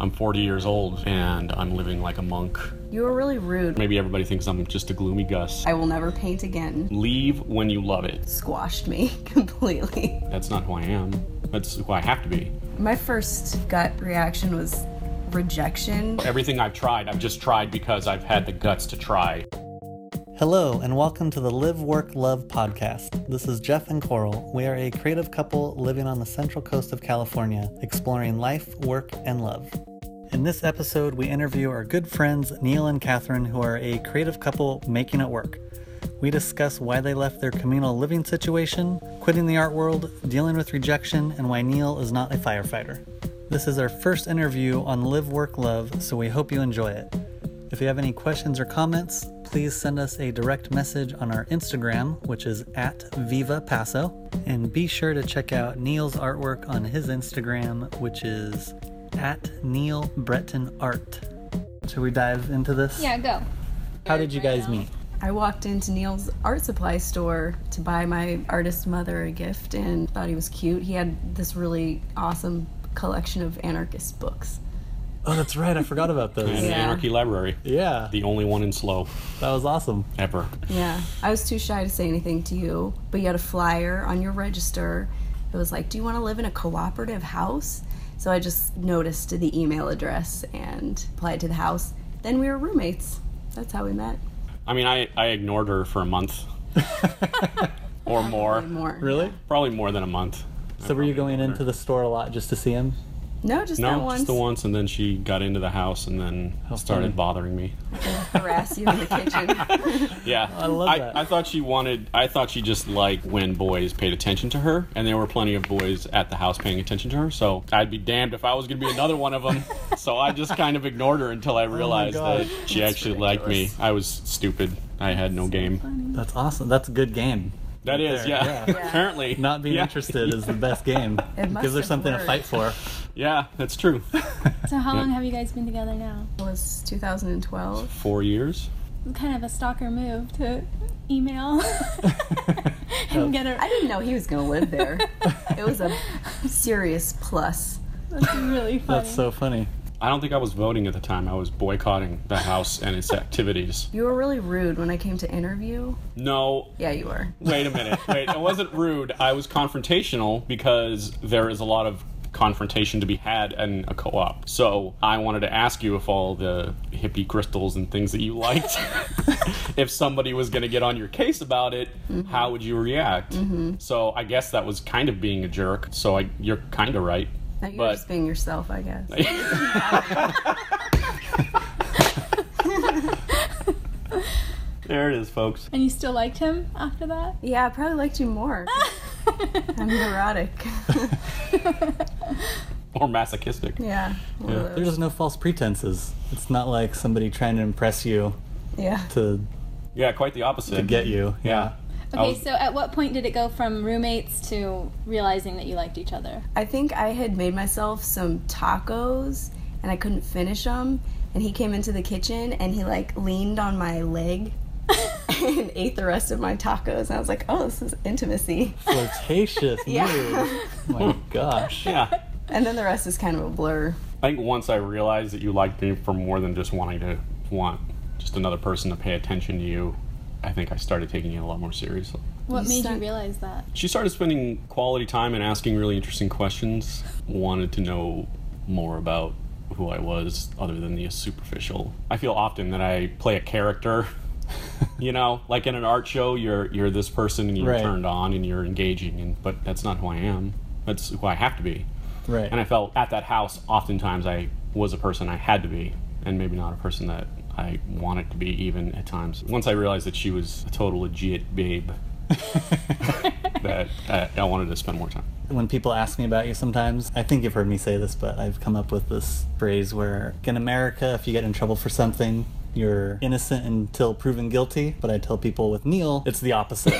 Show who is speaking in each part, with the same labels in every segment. Speaker 1: I'm 40 years old and I'm living like a monk.
Speaker 2: You were really rude.
Speaker 1: Maybe everybody thinks I'm just a gloomy Gus.
Speaker 2: I will never paint again.
Speaker 1: Leave when you love it.
Speaker 2: Squashed me completely.
Speaker 1: That's not who I am. That's who I have to be.
Speaker 2: My first gut reaction was rejection.
Speaker 1: Everything I've tried, I've just tried because I've had the guts to try.
Speaker 3: Hello, and welcome to the Live Work Love podcast. This is Jeff and Coral. We are a creative couple living on the central coast of California, exploring life, work, and love. In this episode, we interview our good friends Neil and Catherine, who are a creative couple making it work. We discuss why they left their communal living situation, quitting the art world, dealing with rejection, and why Neil is not a firefighter. This is our first interview on Live Work Love, so we hope you enjoy it. If you have any questions or comments, please send us a direct message on our Instagram, which is at Viva Paso. And be sure to check out Neil's artwork on his Instagram, which is at Neil Breton Art. Should we dive into this?
Speaker 4: Yeah, go.
Speaker 3: How did you guys meet?
Speaker 2: I walked into Neil's art supply store to buy my artist mother a gift and thought he was cute. He had this really awesome collection of anarchist books.
Speaker 3: Oh, that's right. I forgot about
Speaker 1: And
Speaker 3: those.
Speaker 2: Yeah.
Speaker 1: Anarchy Library.
Speaker 3: Yeah,
Speaker 1: The only one in slow
Speaker 3: that was awesome.
Speaker 1: ever.
Speaker 2: Yeah, I was too shy to say anything to you, but you had a flyer on your register. It was like, Do you want to live in a cooperative house? So I just noticed the email address and applied to the house. Then we were roommates. That's how we met.
Speaker 1: I mean, I, I ignored her for a month or more.
Speaker 2: Probably More.
Speaker 3: Really?
Speaker 1: Probably more than a month.
Speaker 3: So were you going into the store a lot just to see him?
Speaker 2: No, just
Speaker 1: No,
Speaker 2: that once.
Speaker 1: just the once, and then she got into the house and then started
Speaker 3: funny.
Speaker 1: bothering me.
Speaker 2: Harass you in the kitchen.
Speaker 1: Yeah, I
Speaker 3: love
Speaker 1: I,
Speaker 3: that.
Speaker 1: thought she wanted. I thought she just liked when boys paid attention to her, and there were plenty of boys at the house paying attention to her. So I'd be damned if I was going to be another one of them. so I just kind of ignored her until I
Speaker 3: Oh
Speaker 1: realized that
Speaker 3: gosh.
Speaker 1: she actually liked me. I was stupid. I had no game.
Speaker 3: That's awesome. That's a good game.
Speaker 1: That is,
Speaker 3: there,
Speaker 1: yeah.
Speaker 3: yeah.
Speaker 1: Apparently,
Speaker 3: Not being
Speaker 1: Yeah.
Speaker 3: interested is the best game.
Speaker 2: It must
Speaker 3: Gives her
Speaker 2: have
Speaker 3: something to
Speaker 2: worked.
Speaker 3: fight for.
Speaker 1: Yeah, that's true.
Speaker 4: So how long have you guys been together now?
Speaker 2: It was 2012.
Speaker 1: Four years.
Speaker 4: Kind of a stalker move to email
Speaker 3: Oh.
Speaker 4: and get a
Speaker 2: I didn't know he was going to live there. it was a serious plus.
Speaker 4: That's really funny.
Speaker 3: That's so funny.
Speaker 1: I don't think I was voting at the time. I was boycotting the house and its activities.
Speaker 2: You were really rude when I came to interview.
Speaker 1: No,
Speaker 2: Yeah, you were.
Speaker 1: Wait a minute. Wait, I wasn't rude. I was confrontational because there is a lot of confrontation to be had in a co-op. So I wanted to ask you if all the hippie crystals and things that you liked, if somebody was going to get on your case about it, how would you react? So I guess that was kind of being a jerk. So I, you're kind of right.
Speaker 2: Now you're
Speaker 1: But-
Speaker 2: just being yourself, I guess.
Speaker 1: There it is, folks.
Speaker 4: And you still liked him after that?
Speaker 2: Yeah, I probably liked you more. I'm neurotic.
Speaker 1: Or masochistic.
Speaker 2: Yeah. one of those.
Speaker 3: There's no false pretenses. It's not like somebody trying to impress you
Speaker 2: Yeah.
Speaker 3: to
Speaker 1: Yeah, quite the opposite.
Speaker 3: to get you. Yeah.
Speaker 4: Okay,
Speaker 1: was-
Speaker 4: so at what point did it go from roommates to realizing that you liked each other?
Speaker 2: I think I had made myself some tacos and I couldn't finish them. And he came into the kitchen and he like leaned on my leg and ate the rest of my tacos. And I was like, oh, this is intimacy.
Speaker 3: Flirtatious
Speaker 2: Yeah.
Speaker 3: move. Oh my gosh.
Speaker 1: Yeah.
Speaker 2: And then the rest is kind of a blur.
Speaker 1: I think once I realized that you liked me for more than just wanting to want just another person to pay attention to you, I think I started taking it a lot more seriously.
Speaker 4: What
Speaker 2: You
Speaker 4: made
Speaker 2: said-
Speaker 4: you realize that?
Speaker 1: She started spending quality time and asking really interesting questions, wanted to know more about who I was other than the superficial. I feel often that I play a character. You know, like in an art show, you're you're this person and you're
Speaker 3: Right.
Speaker 1: turned on and you're engaging, and but that's not who I am. That's who I have to be.
Speaker 3: Right.
Speaker 1: And I felt at that house, oftentimes I was a person I had to be, and maybe not a person that I wanted to be even at times. Once I realized that she was a total legit babe, that I, I wanted to spend more time.
Speaker 3: when people ask me about you sometimes, I think you've heard me say this, but I've come up with this phrase where in America, if you get in trouble for something, you're innocent until proven guilty. But I tell people with Neil, it's the opposite.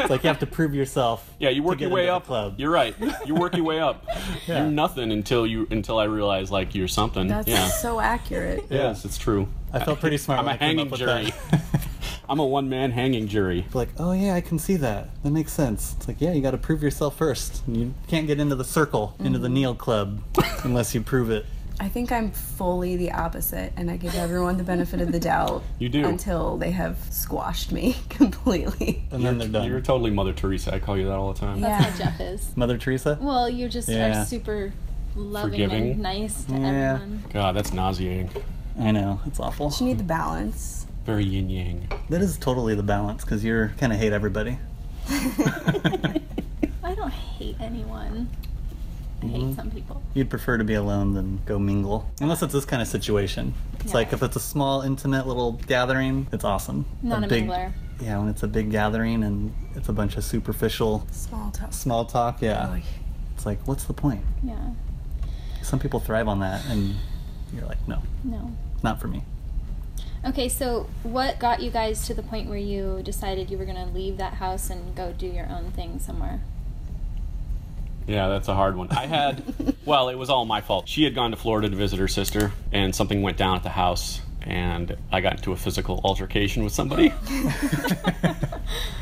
Speaker 3: it's like you have to prove yourself.
Speaker 1: Yeah, you
Speaker 3: to
Speaker 1: work
Speaker 3: get
Speaker 1: your way
Speaker 3: into the
Speaker 1: up.
Speaker 3: Club.
Speaker 1: You're right. You work your way up.
Speaker 3: Yeah.
Speaker 1: You're nothing until you until I realize like you're something.
Speaker 2: That's
Speaker 1: yeah.
Speaker 2: so accurate.
Speaker 1: Yes, it's true.
Speaker 3: I felt pretty smart.
Speaker 1: I'm
Speaker 3: when
Speaker 1: a
Speaker 3: I came up
Speaker 1: hanging
Speaker 3: with
Speaker 1: jury.
Speaker 3: that.
Speaker 1: I'm a one man hanging jury.
Speaker 3: Like, oh yeah, I can see that. That makes sense. It's like, yeah, you got to
Speaker 4: Mm-hmm.
Speaker 3: prove yourself first. And you can't get into the circle, into the Neil Club, unless you prove it.
Speaker 2: I think I'm fully the opposite, and I give everyone the benefit of the doubt.
Speaker 1: You do.
Speaker 2: until they have squashed me completely.
Speaker 3: and then they're done.
Speaker 1: You're totally Mother Teresa. I call you that all the time.
Speaker 2: Yeah.
Speaker 4: That's how Jeff is.
Speaker 3: Mother Teresa?
Speaker 4: Well, you just
Speaker 3: Yeah.
Speaker 4: are super loving
Speaker 1: Forgiving.
Speaker 4: and nice to
Speaker 3: Yeah.
Speaker 4: everyone.
Speaker 1: God, that's nauseating.
Speaker 3: I know it's awful.
Speaker 2: You need the balance.
Speaker 1: Very yin yang.
Speaker 3: That is totally the balance because you're kind of hate everybody.
Speaker 4: I don't hate anyone. I hate some people.
Speaker 3: You'd prefer to be alone than go mingle, unless it's this kind of situation. It's
Speaker 4: Yeah.
Speaker 3: like if it's a small, intimate little gathering, it's awesome.
Speaker 4: Not a
Speaker 3: big,
Speaker 4: mingler.
Speaker 3: Yeah, when it's a big gathering and it's a bunch of superficial
Speaker 2: Small talk.
Speaker 3: small talk, yeah,
Speaker 2: Like,
Speaker 3: it's like what's the point?
Speaker 4: Yeah.
Speaker 3: Some people thrive on that, and you're like, no,
Speaker 4: No.
Speaker 3: not for me.
Speaker 4: Okay, so what got you guys to the point where you decided you were going to leave that house and go do your own thing somewhere?
Speaker 1: Yeah, that's a hard one. I had, well, it was all my fault. She had gone to Florida to visit her sister, and something went down at the house, and I got into a physical altercation with somebody.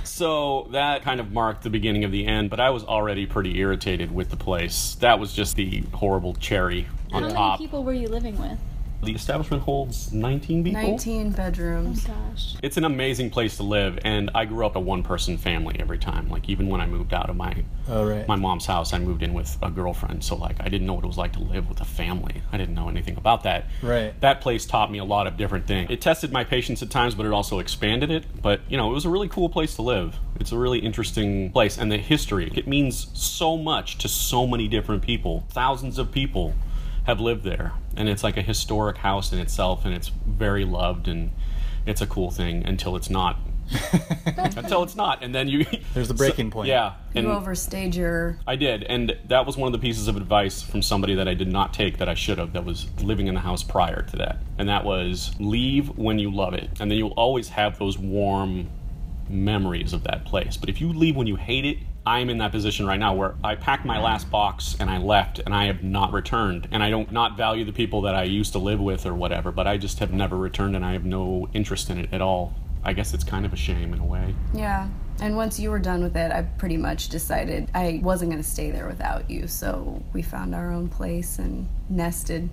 Speaker 1: so that kind of marked the beginning of the end, but I was already pretty irritated with the place. That was just the horrible cherry on
Speaker 4: How many
Speaker 1: top.
Speaker 4: people were you living with?
Speaker 1: The establishment holds 19 people.
Speaker 2: 19 bedrooms.
Speaker 4: Gosh.
Speaker 1: It's an amazing place to live, and I grew up a one person family every time. Like, even when I moved out of my
Speaker 3: Oh right.
Speaker 1: my mom's house i moved in with a girlfriend so like i didn't know what it was like to live with a family i didn't know anything about that
Speaker 3: Right.
Speaker 1: that place taught me a lot of different things it tested my patience at times but it also expanded it but you know it was a really cool place to live it's a really interesting place and the history it means so much to so many different people thousands of people have lived there and it's like a historic house in itself and it's very loved and it's a cool thing until it's not until it's not and then you
Speaker 3: There's the breaking point.
Speaker 1: yeah and
Speaker 2: You overstayed your.
Speaker 1: I did, and that was one of the pieces of advice from somebody that I did not take that I should have, that was living in the house prior to that. And that was leave when you love it, and then you'll always have those warm memories of that place. But if you leave when you hate it, I'm in that position right now where I packed my last box and I left and I have not returned. And I don't not value the people that I used to live with or whatever, but I just have never returned and I have no interest in it at all. I guess it's kind of a shame in a way.
Speaker 2: Yeah. And once you were done with it, I pretty much decided I wasn't going to stay there without you. So we found our own place and nested.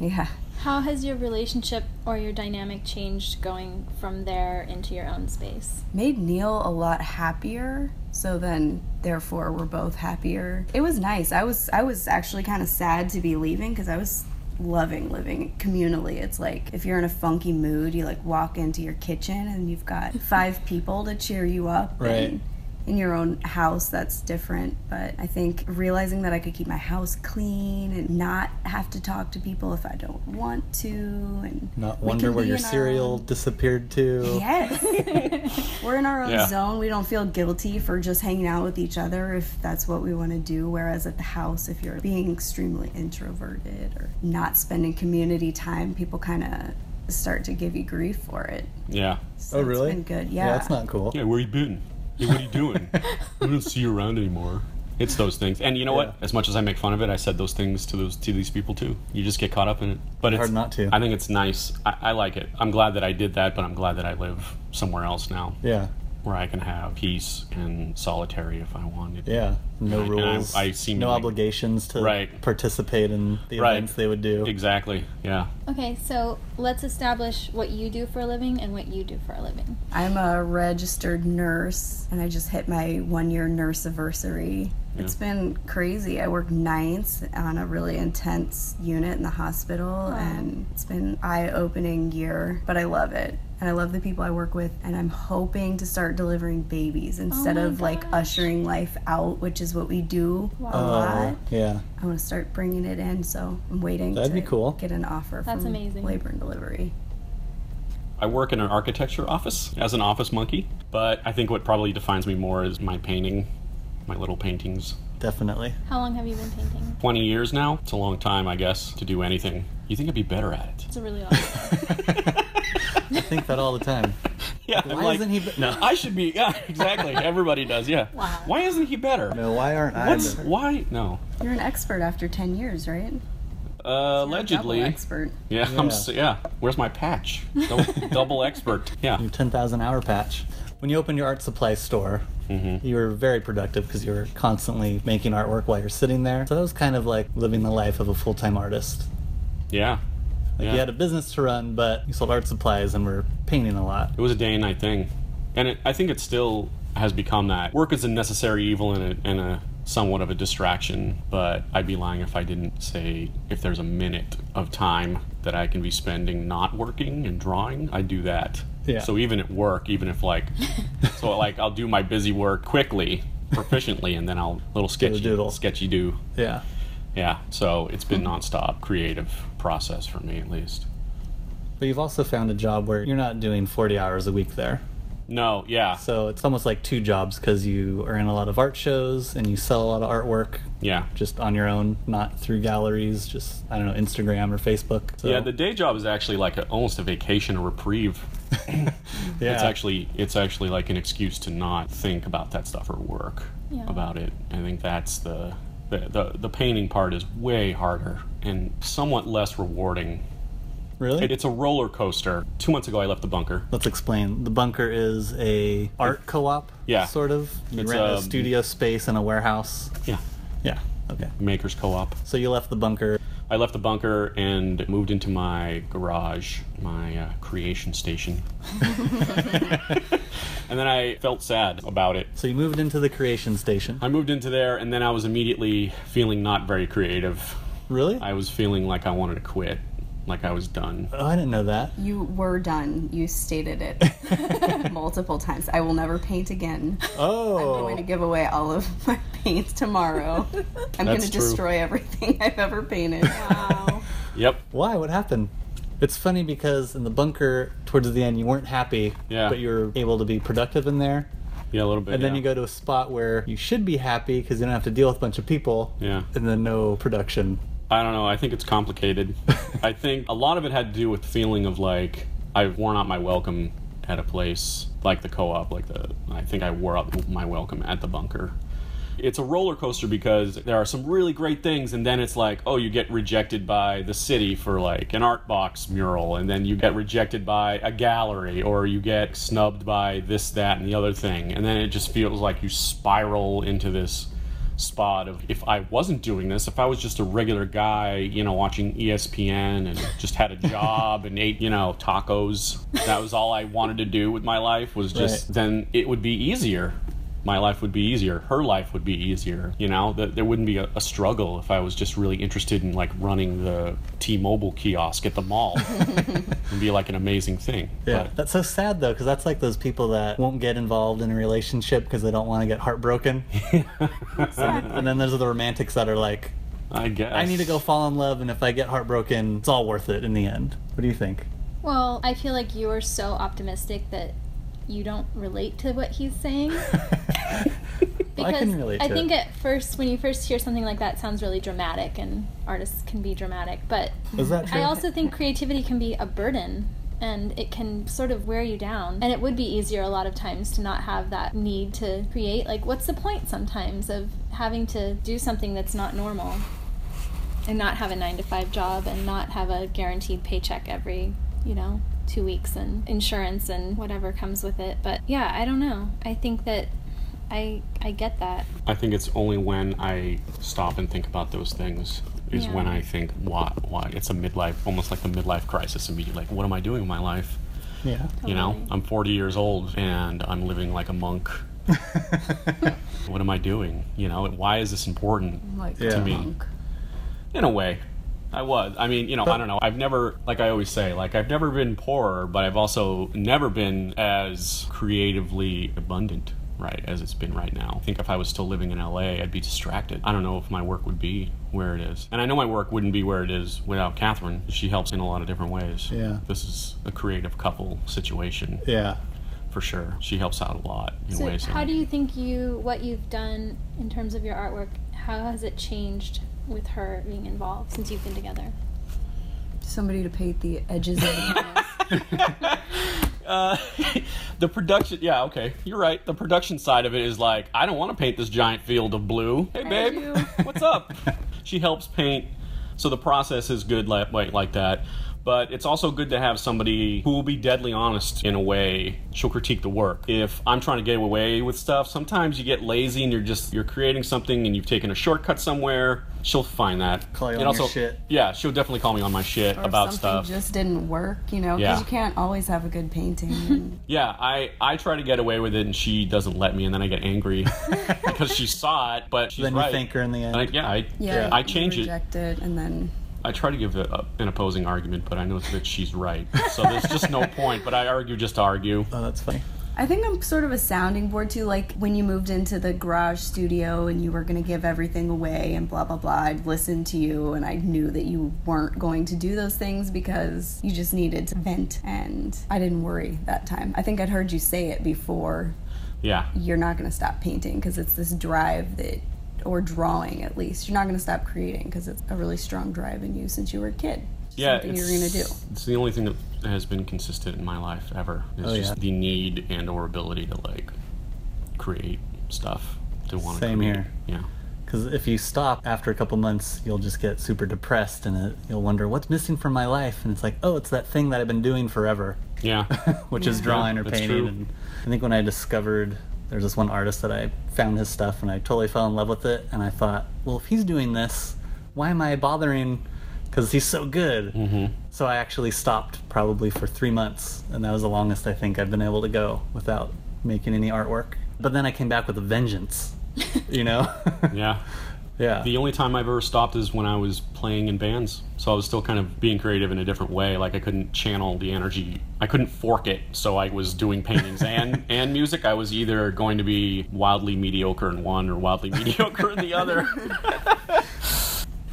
Speaker 2: yeah.
Speaker 4: How has your relationship or your dynamic changed going from there into your own space?
Speaker 2: made Neil a lot happier. So then therefore we're both happier. It was nice. I was I was actually kind of sad to be leaving cuz I was loving living communally. It's like if you're in a funky mood, you like walk into your kitchen and you've got five people to cheer you up.
Speaker 3: Right.
Speaker 2: And in your own house that's different, but I think realizing that I could keep my house clean and not have to talk to people if I don't want to and
Speaker 3: Not
Speaker 2: we
Speaker 3: wonder
Speaker 2: can
Speaker 3: where
Speaker 2: be
Speaker 3: your
Speaker 2: in our
Speaker 3: cereal
Speaker 2: own-
Speaker 3: disappeared to.
Speaker 2: Yes. We're in our own
Speaker 1: Yeah.
Speaker 2: zone. We don't feel guilty for just hanging out with each other if that's what we want to do. Whereas at the house, if you're being extremely introverted or not spending community time, people kind of start to give you grief for it.
Speaker 1: Yeah.
Speaker 2: So
Speaker 3: Oh really?
Speaker 2: It's been good. Yeah.
Speaker 3: that's not cool.
Speaker 1: Yeah, where you been? Hey, what are you doing? I don't see you around anymore. It's those things, and you know
Speaker 3: Yeah.
Speaker 1: what? As much as I make fun of it, I said those things to those to these people too. You just get caught up in it, but it's
Speaker 3: Hard not to.
Speaker 1: I think it's nice. I, I like it. I'm glad that I did that, but I'm glad that I live somewhere else now,
Speaker 3: Yeah.
Speaker 1: where I can have peace and solitary if I wanted.
Speaker 3: Yeah, no
Speaker 1: And I-
Speaker 3: rules.
Speaker 1: I seem
Speaker 3: no
Speaker 1: like-
Speaker 3: obligations to
Speaker 1: Right.
Speaker 3: participate in the
Speaker 1: Right.
Speaker 3: events they would do.
Speaker 1: Exactly. Yeah.
Speaker 4: Okay, so let's establish what you do for a living and what you do for a living.
Speaker 2: I'm a registered nurse and I just hit my one year nurse anniversary. It's been crazy. I work nights on a really intense unit in the hospital and it's been eye opening year, but I love it. And I love the people I work with and I'm hoping to start delivering babies instead
Speaker 4: Oh my
Speaker 2: of like
Speaker 4: gosh.
Speaker 2: ushering life out, which is what we do a
Speaker 3: Oh,
Speaker 2: lot.
Speaker 3: yeah.
Speaker 2: I want to start bringing it in, so I'm waiting
Speaker 3: That'd
Speaker 2: to
Speaker 3: be cool.
Speaker 2: get an offer
Speaker 4: That's
Speaker 2: from
Speaker 4: amazing.
Speaker 2: labor and delivery.
Speaker 1: I work in an architecture office as an office monkey, but I think what probably defines me more is my painting, my little paintings.
Speaker 3: Definitely.
Speaker 4: How long have you been painting?
Speaker 1: 20 years now. It's a long time, I guess, to do anything. You think I'd be better at it?
Speaker 4: It's a really long time.
Speaker 3: I think that all the time.
Speaker 1: Yeah. I'm
Speaker 3: Why
Speaker 1: like,
Speaker 3: isn't he? Be- no.
Speaker 1: I should be. Yeah, exactly. Everybody does. Yeah.
Speaker 4: Wow.
Speaker 1: Why isn't he better?
Speaker 3: No. Why aren't I?
Speaker 1: What's
Speaker 3: better?
Speaker 1: why? No.
Speaker 2: You're an expert after 10 years,
Speaker 1: Uh,
Speaker 2: right? You're a double
Speaker 1: allegedly.
Speaker 2: expert.
Speaker 1: Yeah.
Speaker 3: Yeah.
Speaker 1: I'm. s yeah. Where's my patch? Double, double expert. Yeah.
Speaker 3: Your ten thousand hour patch. When you open your art supply store,
Speaker 1: Mm-hmm.
Speaker 3: You were very productive because you were constantly making artwork while you're sitting there. So that was kind of like living the life of a full time artist.
Speaker 1: Yeah.
Speaker 3: Like
Speaker 1: Yeah.
Speaker 3: you had a business to run, but you sold art supplies and were painting a lot.
Speaker 1: It was a day and night thing, and it, I think it still has become that. Work is a necessary evil and a, and a somewhat of a distraction, but I'd be lying if I didn't say if there's a minute of time that I can be spending not working and drawing, I do that.
Speaker 3: Yeah.
Speaker 1: So even at work, even if like, so like I'll do my busy work quickly, proficiently, and then I'll little sketchy
Speaker 3: doodle. Hmm.
Speaker 1: sketchy do.
Speaker 3: Yeah.
Speaker 1: Yeah. So it's been nonstop creative process for me at least.
Speaker 3: But you've also found a job where you're not doing 40 hours a week there.
Speaker 1: No. Yeah.
Speaker 3: So it's almost like two jobs because you are in a lot of art shows and you sell a lot of artwork
Speaker 1: yeah.
Speaker 3: just on your own, not through galleries, just, I don't know, Instagram or Facebook. So,
Speaker 1: Yeah, the day job is actually like a, almost a vacation, a reprieve.
Speaker 3: yeah.
Speaker 1: It's actually it's actually like an excuse to not think about that stuff or work
Speaker 4: Yeah.
Speaker 1: about it. I think that's the the, the the painting part is way harder and somewhat less rewarding.
Speaker 3: really.
Speaker 1: It, it's a roller coaster. Two months ago, I left the bunker.
Speaker 3: Let's explain. The bunker is a art co-op,
Speaker 1: Yeah.
Speaker 3: sort of. You
Speaker 1: It's,
Speaker 3: rent a
Speaker 1: um,
Speaker 3: studio space in a warehouse.
Speaker 1: Yeah,
Speaker 3: Yeah. Okay.
Speaker 1: Makers Co-op.
Speaker 3: So you left the bunker.
Speaker 1: I left the bunker and moved into my garage, my uh, creation station. and then I felt sad about it.
Speaker 3: So you moved into the creation station.
Speaker 1: I moved into there, and then I was immediately feeling not very creative.
Speaker 3: Really?
Speaker 1: I was feeling like I wanted to quit, like I was done.
Speaker 3: oh, I didn't know that.
Speaker 2: You were done. You stated it multiple times. I will never paint again. I'm going to
Speaker 3: Oh.
Speaker 2: give away all of my paints tomorrow. I'm going
Speaker 1: That's
Speaker 2: to
Speaker 1: true.
Speaker 2: destroy everything I've ever painted. Wow.
Speaker 1: Yep.
Speaker 3: Why? What happened? It's funny because in the bunker, towards the end, you weren't happy,
Speaker 1: Yeah.
Speaker 3: but you were able to be productive in there.
Speaker 1: Yeah, a little bit.
Speaker 3: And then
Speaker 1: yeah.
Speaker 3: you go to a spot where you should be happy because you don't have to deal with a bunch of people.
Speaker 1: Yeah.
Speaker 3: And then no production.
Speaker 1: I don't know. I think it's complicated. I think a lot of it had to do with the feeling of like I've worn out my welcome at a place like the co-op, like the I think I wore out my welcome at the bunker. It's a roller coaster because there are some really great things, and then it's like, oh, you get rejected by the city for like an art box mural, and then you get rejected by a gallery, or you get snubbed by this, that, and the other thing, and then it just feels like you spiral into this spot of if I wasn't doing this, if I was just a regular guy, you know, watching E ESPN and just had a job and ate, you know, tacos, that was all I wanted to do with my life was just
Speaker 3: Right.
Speaker 1: then it would be easier. My life would be easier. Her life would be easier. You know, that there wouldn't be a, a struggle if I was just really interested in like running the T-Mobile kiosk at the mall. It'd be like an amazing thing.
Speaker 3: Yeah,
Speaker 1: But-
Speaker 3: that's so sad though, because that's like those people that won't get involved in a relationship because they don't want to get heartbroken. and then there's the romantics that are like,
Speaker 1: I guess
Speaker 3: I need to go fall in love, and if I get heartbroken, it's all worth it in the end. What do you think?
Speaker 4: Well, I feel like you're so optimistic that you don't relate to what he's saying.
Speaker 3: I can relate to
Speaker 4: I think
Speaker 3: it.
Speaker 4: at first, when you first hear something like that, it sounds really dramatic, and artists can be dramatic. But
Speaker 3: Is that true?
Speaker 4: I also think creativity can be a burden, and it can sort of wear you down. And it would be easier a lot of times to not have that need to create. Like, what's the point sometimes of having to do something that's not normal, and not have a nine to five job, and not have a guaranteed paycheck every, you know. Two weeks and insurance and whatever comes with it. But yeah, I don't know. I think that I I get that.
Speaker 1: I think it's only when I stop and think about those things is
Speaker 4: Yeah.
Speaker 1: when I think, why, why? It's a midlife, almost like the midlife crisis immediately. Like, what am I doing with my life?
Speaker 3: yeah.
Speaker 1: You know,
Speaker 4: Totally.
Speaker 1: I'm 40 years old and I'm living like a monk. what am I doing? You know, why is this important?
Speaker 2: I'm like,
Speaker 3: Yeah.
Speaker 2: yeah.
Speaker 3: To me.
Speaker 1: In a way, I was. I mean, you know, I don't know. I've never, like I always say, like I've never been poorer, but I've also never been as creatively abundant, right, as it's been right now. I think if I was still living in LA, I'd be distracted. I don't know if my work would be where it is. And I know my work wouldn't be where it is without Catherine. She helps in a lot of different ways.
Speaker 3: Yeah.
Speaker 1: This is a creative couple situation
Speaker 3: Yeah.
Speaker 1: for sure. She helps out a lot in
Speaker 4: So,
Speaker 1: ways. that-
Speaker 4: how do you think you what you've done in terms of your artwork? How has it changed with her being involved since you've been together?
Speaker 2: Somebody to paint the edges of the panels.
Speaker 1: the production yeah okay you're right the production side of it is like i don't want to paint this giant field of blue hey babe
Speaker 4: you.
Speaker 1: what's up she helps paint so the process is good like, like, like that But it's also good to have somebody who will be deadly honest in a way. She'll critique the work. If I'm trying to get away with stuff, sometimes you get lazy and you're just you're creating something and you've taken a shortcut somewhere. She'll find that.
Speaker 3: Call you
Speaker 1: and
Speaker 3: on your shit.
Speaker 1: Yeah, she'll definitely call me on my shit
Speaker 2: Or
Speaker 1: about
Speaker 2: something
Speaker 1: stuff.
Speaker 2: just didn't work, you know, because
Speaker 1: Yeah.
Speaker 2: you can't always have a good painting. And
Speaker 1: Yeah, I, I try to get away with it and she doesn't let me and then I get angry because she saw it, but she's
Speaker 3: Then you
Speaker 1: right.
Speaker 3: thank her in the end.
Speaker 1: And I, yeah, I,
Speaker 2: yeah,
Speaker 1: I
Speaker 2: you
Speaker 1: change it.
Speaker 2: reject it, and then
Speaker 1: I try to give a, a- an opposing argument, but I know that she's right. So there's just no point, but I argue just to argue.
Speaker 3: Oh, that's funny.
Speaker 2: I think I'm sort of a sounding board too. Like when you moved into the garage studio and you were going to give everything away and blah, blah, blah, I'd listen to you and I knew that you weren't going to do those things because you just needed to vent. And I didn't worry that time. I think I'd heard you say it before
Speaker 1: Yeah.
Speaker 2: you're not going to stop painting because it's this drive that, or drawing at least, you're not going to stop creating because it's a really strong drive in you since you were a kid.
Speaker 1: Yeah,
Speaker 2: Something you're going to do.
Speaker 1: it's- It's the only thing that has been consistent in my life ever. It's
Speaker 3: Oh,
Speaker 1: just
Speaker 3: yeah.
Speaker 1: the need and or ability to like create stuff to want to
Speaker 3: Same
Speaker 1: create.
Speaker 3: here.
Speaker 1: Yeah.
Speaker 3: Because if you stop after a couple months, you'll just get super depressed and it, you'll wonder what's missing from my life. And it's like, oh, it's that thing that I've been doing forever,
Speaker 1: Yeah.
Speaker 3: which is drawing or
Speaker 1: that's
Speaker 3: painting.
Speaker 1: true.
Speaker 3: And I think when I discovered there's this one artist that I found his stuff and I totally fell in love with it. And I thought, well, if he's doing this, why am I bothering? Because he's so good. Mm-hmm. So I actually stopped probably for three months, and that was the longest I think I've been able to go without making any artwork. But then I came back with a vengeance, you know?
Speaker 1: yeah.
Speaker 3: yeah.
Speaker 1: The only time I've ever stopped is when I was playing in bands. So I was still kind of being creative in a different way. Like I couldn't channel the energy. I couldn't fork it. So I was doing paintings and and music. I was either going to be wildly mediocre in one or wildly mediocre in the other.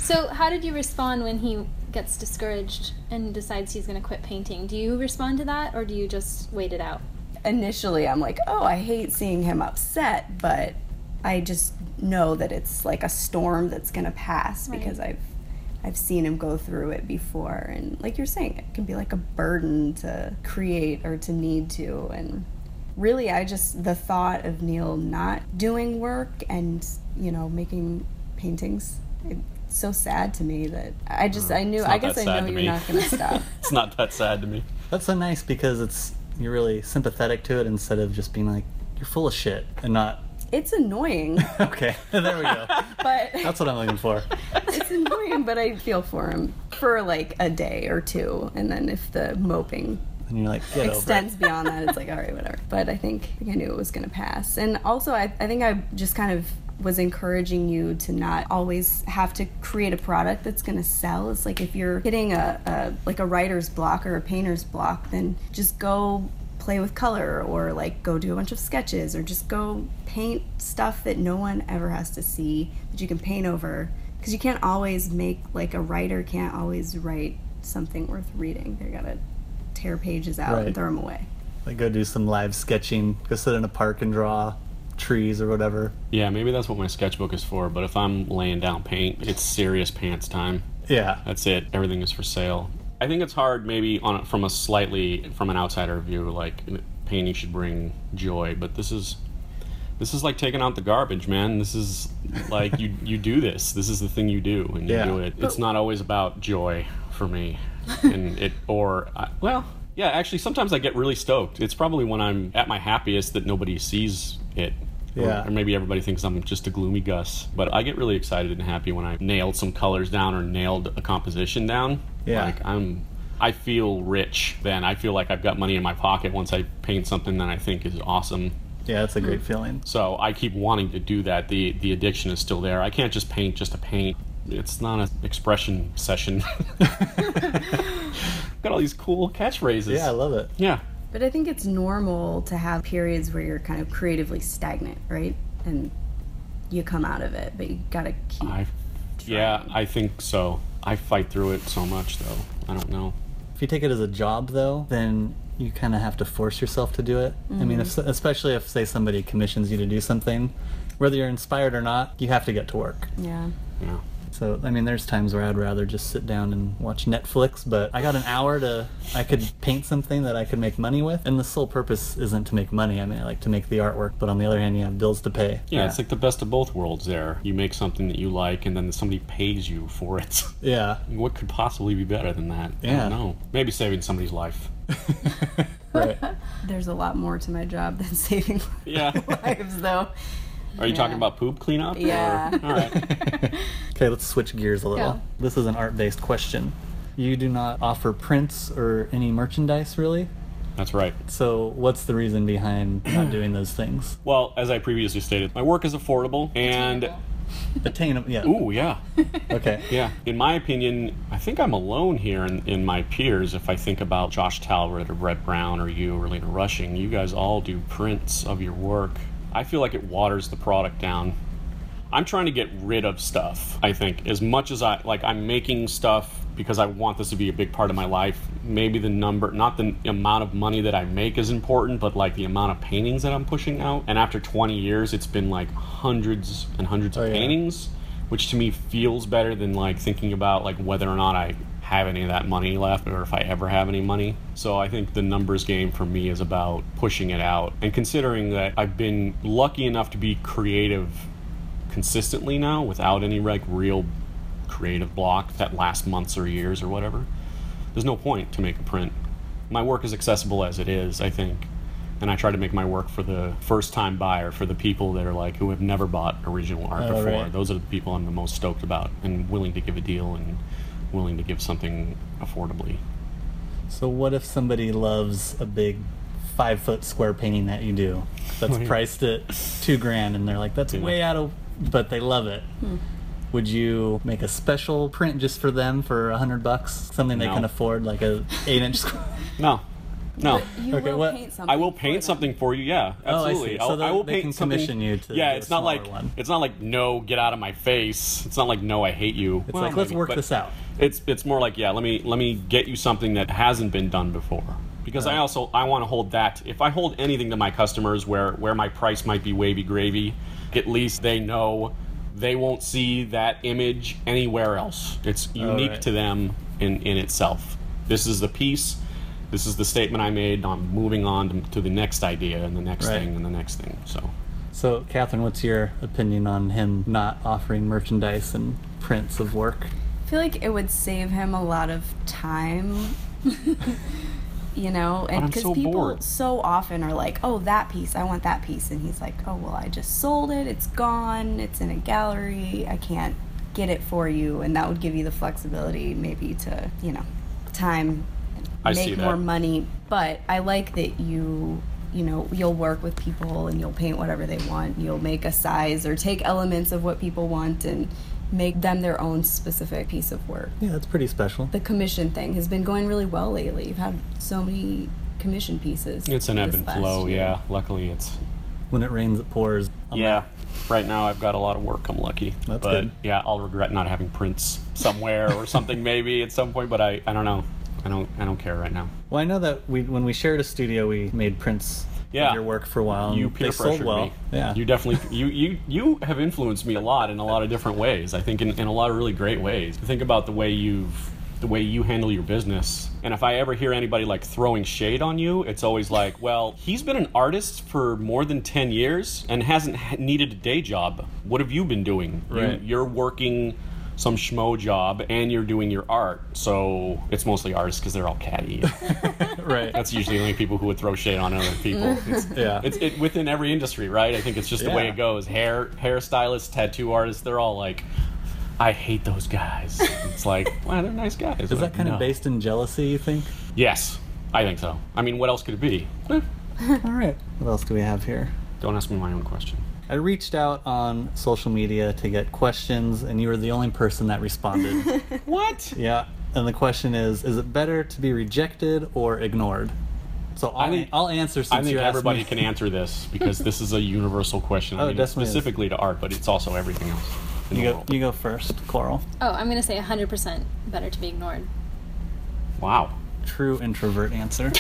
Speaker 4: So, how did you respond when he gets discouraged and decides he's going to quit painting? Do you respond to that or do you just wait it out?
Speaker 2: initially I'm like, oh, I hate seeing him upset, but I just know that it's like a storm that's gonna pass because I've I've seen him go through it before and like you're saying, it can be like a burden to create or to need to and really I just the thought of Neil not doing work and, you know, making paintings it's so sad to me that I just I
Speaker 1: Mm,
Speaker 2: knew
Speaker 1: it's not
Speaker 2: I guess
Speaker 1: that
Speaker 2: I
Speaker 1: sad
Speaker 2: know
Speaker 1: to
Speaker 2: you're
Speaker 1: me.
Speaker 2: not gonna stop.
Speaker 1: It's not that sad to me.
Speaker 3: That's so nice because it's you're really sympathetic to it instead of just being like you're full of shit and not
Speaker 2: it's annoying,
Speaker 3: okay. there we go.
Speaker 2: but
Speaker 3: That's what I'm looking for.
Speaker 2: it's annoying, but I feel for him for like a day or two, and then if the moping
Speaker 3: And you're like get over it.
Speaker 2: extends beyond that, it's like all right, whatever. But I think I, think I knew it was gonna pass, and also I, I think I just kind of was encouraging you to not always have to create a product that's going to sell it's like if you're hitting a, a like a writer's block or a painter's block then just go play with color or like go do a bunch of sketches or just go paint stuff that no one ever has to see that you can paint over because you can't always make like a writer can't always write something worth reading they gotta tear pages out
Speaker 3: Right.
Speaker 2: and throw them away
Speaker 3: Like go do some live sketching. Go sit in a park and draw trees or whatever.
Speaker 1: Yeah, maybe that's what my sketchbook is for. But if I'm laying down paint, it's serious pants time.
Speaker 3: Yeah.
Speaker 1: That's it. Everything is for sale. I think it's hard, maybe on a- from a slightly from an outsider view, like painting should bring joy, but this is this is like taking out the garbage, man. This is like you you do this. This is the thing you do, and you
Speaker 3: Yeah.
Speaker 1: do it. It's not always about joy for me, and it or I, well, yeah. Actually, sometimes I get really stoked. It's probably when I'm at my happiest that nobody sees it. Or-
Speaker 3: Yeah.
Speaker 1: or maybe everybody thinks I'm just a gloomy Gus, but I get really excited and happy when I nailed some colors down or nailed a composition down.
Speaker 3: Yeah.
Speaker 1: Like I'm I feel rich then. I feel like I've got money in my pocket once I paint something that I think is awesome.
Speaker 3: Yeah, that's a great feeling.
Speaker 1: So I keep wanting to do that. The the addiction is still there. I can't just paint just to paint. It's not an expression session. got all these cool catchphrases.
Speaker 3: Yeah, I love it.
Speaker 1: Yeah.
Speaker 2: But I think it's normal to have periods where you're kind of creatively stagnant, right? And you come out of it, but you gotta keep.
Speaker 1: I Yeah, I think so. I fight through it so much though. I don't know.
Speaker 3: If you take it as a job though, then you kind of have to force yourself to do it. I mean, if, especially if say somebody commissions you to do something, whether you're inspired or not, you have to get to work.
Speaker 2: yeah.
Speaker 1: Yeah.
Speaker 3: So So I mean, there's times where I'd rather just sit down and watch Netflix, but I got an hour to I could paint something that I could make money with, and the sole purpose isn't to make money. I mean, I like to make the artwork, but on the other hand, you have bills to pay.
Speaker 1: Yeah, it's like the best of both worlds there. You make something that you like, and then somebody pays you for it.
Speaker 3: yeah.
Speaker 1: what could possibly be better than that? I
Speaker 3: Yeah.
Speaker 1: don't know. Maybe saving somebody's life.
Speaker 3: Right.
Speaker 2: There's a lot more to my job than saving
Speaker 1: Yeah.
Speaker 2: lives, though.
Speaker 1: Are you talking about poop cleanup? or-
Speaker 2: Yeah.
Speaker 1: All right.
Speaker 3: Okay, let's switch gears a little.
Speaker 4: Go.
Speaker 3: This is an art-based question. You do not offer prints or any merchandise, really.
Speaker 1: That's right.
Speaker 3: So, what's the reason behind not doing those things?
Speaker 1: Well, as I previously stated, my work is affordable and.
Speaker 4: Attainable.
Speaker 3: Attainable, yeah.
Speaker 1: Ooh, yeah.
Speaker 3: Okay.
Speaker 1: Yeah. In my opinion, I think I'm alone here in, in my peers if I think about Josh Talbert or Brett Brown or you or Lena Rushing. You guys all do prints of your work. I feel like it waters the product down. I'm trying to get rid of stuff, I think, as much as I like I'm making stuff because I want this to be a big part of my life. Maybe the number, not the amount of money that I make is important, but like the amount of paintings that I'm pushing out. And after 20 years, it's been like hundreds and hundreds
Speaker 3: Oh,
Speaker 1: of
Speaker 3: yeah.
Speaker 1: paintings, which to me feels better than like thinking about like whether or not I have any of that money left or if I ever have any money. So I think the numbers game for me is about pushing it out and considering that I've been lucky enough to be creative consistently now without any like real creative block that lasts months or years or whatever. There's no point to make a print. My work is accessible as it is, I think. And I try to make my work for the first time buyer, for the people that are like who have never bought original art
Speaker 3: Oh,
Speaker 1: before.
Speaker 3: right.
Speaker 1: Those are the people I'm the most stoked about and willing to give a deal and willing to give something affordably.
Speaker 3: So what if somebody loves a big five foot square painting that you do that's
Speaker 1: Right.
Speaker 3: priced at two grand and they're like, that's
Speaker 1: Yeah.
Speaker 3: way out of but they love it. Would you make a special print just for them for a hundred bucks? Something they
Speaker 1: No.
Speaker 3: can afford, like a eight inch square
Speaker 1: No. No.
Speaker 2: You
Speaker 3: Okay,
Speaker 2: will
Speaker 3: what-
Speaker 2: paint something.
Speaker 1: I will paint
Speaker 2: for them.
Speaker 1: something for you. Yeah,
Speaker 3: Oh, I
Speaker 1: absolutely.
Speaker 3: see. So
Speaker 1: I'll,
Speaker 3: they-
Speaker 1: I will
Speaker 3: they
Speaker 1: paint
Speaker 3: can
Speaker 1: something.
Speaker 3: commission you to
Speaker 1: yeah,
Speaker 3: do a
Speaker 1: it's not
Speaker 3: smaller
Speaker 1: like
Speaker 3: one.
Speaker 1: it's not like no, get out of my face. It's not like no, I hate you.
Speaker 3: It's like let's work this out.
Speaker 1: It's it's more like yeah, let me let me get you something that hasn't been done before. Because I
Speaker 3: Right.
Speaker 1: also I want to hold that. If I hold anything to my customers where where my price might be wavy gravy, at least they know they won't see that image anywhere else. It's unique
Speaker 3: Oh, right.
Speaker 1: to them in in itself. This is the piece. This is the statement I made. I'm moving on to, to the next idea and the next
Speaker 3: Right.
Speaker 1: thing and the next thing. So
Speaker 3: So Catherine, what's your opinion on him not offering merchandise and prints of work?
Speaker 2: I feel like it would save him a lot of time. you know, and
Speaker 1: I'm
Speaker 2: because
Speaker 1: so
Speaker 2: people
Speaker 1: bored.
Speaker 2: so often are like, "Oh, that piece, I want that piece," and he's like, "Oh, well, I just sold it. It's gone. It's in a gallery. I can't get it for you." And that would give you the flexibility, maybe to you know, time,
Speaker 1: I
Speaker 2: make
Speaker 1: see that.
Speaker 2: more money. But I like that you. You know, you'll work with people and you'll paint whatever they want. You'll make a size or take elements of what people want and make them their own specific piece of work
Speaker 3: Yeah, that's pretty special.
Speaker 2: the commission thing has been going really well lately. You've had so many commission pieces.
Speaker 1: it's an ebb
Speaker 2: this
Speaker 1: and
Speaker 2: last
Speaker 1: flow.
Speaker 2: year.
Speaker 1: Yeah. Luckily, it's
Speaker 3: When it rains it pours. Um, I'm
Speaker 1: Yeah. Right now, I've got a lot of work. I'm lucky.
Speaker 3: That's
Speaker 1: but
Speaker 3: good.
Speaker 1: yeah, I'll regret not having prints somewhere or something maybe at some point. But I, I don't know. I don't I don't care right now.
Speaker 3: Well, I know that we when we shared a studio, we made prints
Speaker 1: Yeah.
Speaker 3: of your work for a while. and
Speaker 1: You peer
Speaker 3: Um, they sold
Speaker 1: pressured
Speaker 3: well.
Speaker 1: me.
Speaker 3: Yeah,
Speaker 1: You definitely you you you have influenced me a lot in a lot of different ways. I think in, in a lot of really great ways. Think about the way you've the way you handle your business. And if I ever hear anybody like throwing shade on you, it's always like, well, he's been an artist for more than 10 years and hasn't ha- needed a day job. What have you been doing? You-
Speaker 3: Right.
Speaker 1: you're working some schmo job and you're doing your art. So it's mostly artists because they're all catty.
Speaker 3: right.
Speaker 1: That's usually the only people who would throw shade on other people. It's,
Speaker 3: Yeah.
Speaker 1: it's it, within every industry, right? I think it's just the way
Speaker 3: Yeah.
Speaker 1: it goes. Hair hairstylists, tattoo artists, they're all like, I hate those guys. It's like, wow, they're nice guys.
Speaker 3: Is that kind of based in jealousy? You think?
Speaker 1: Yes, I think so. I mean, what else could it be? Eh,
Speaker 3: All right. What else do we have here?
Speaker 1: Don't ask me my own question.
Speaker 3: I reached out on social media to get questions, and you were the only person that responded.
Speaker 1: What?
Speaker 3: yeah. And the question is: Is it better to be rejected or ignored? So I'll,
Speaker 1: think-
Speaker 3: I'll answer since
Speaker 1: I think
Speaker 3: you asked
Speaker 1: everybody
Speaker 3: me.
Speaker 1: can answer this because this is a universal question. I
Speaker 3: Oh,
Speaker 1: mean,
Speaker 3: it
Speaker 1: it's
Speaker 3: definitely is.
Speaker 1: specifically to art, but it's also everything else. In
Speaker 3: You
Speaker 1: the
Speaker 3: go.
Speaker 1: world.
Speaker 3: You go first, Coral.
Speaker 4: Oh, I'm gonna say 100% better to be ignored.
Speaker 1: wow.
Speaker 3: True introvert answer.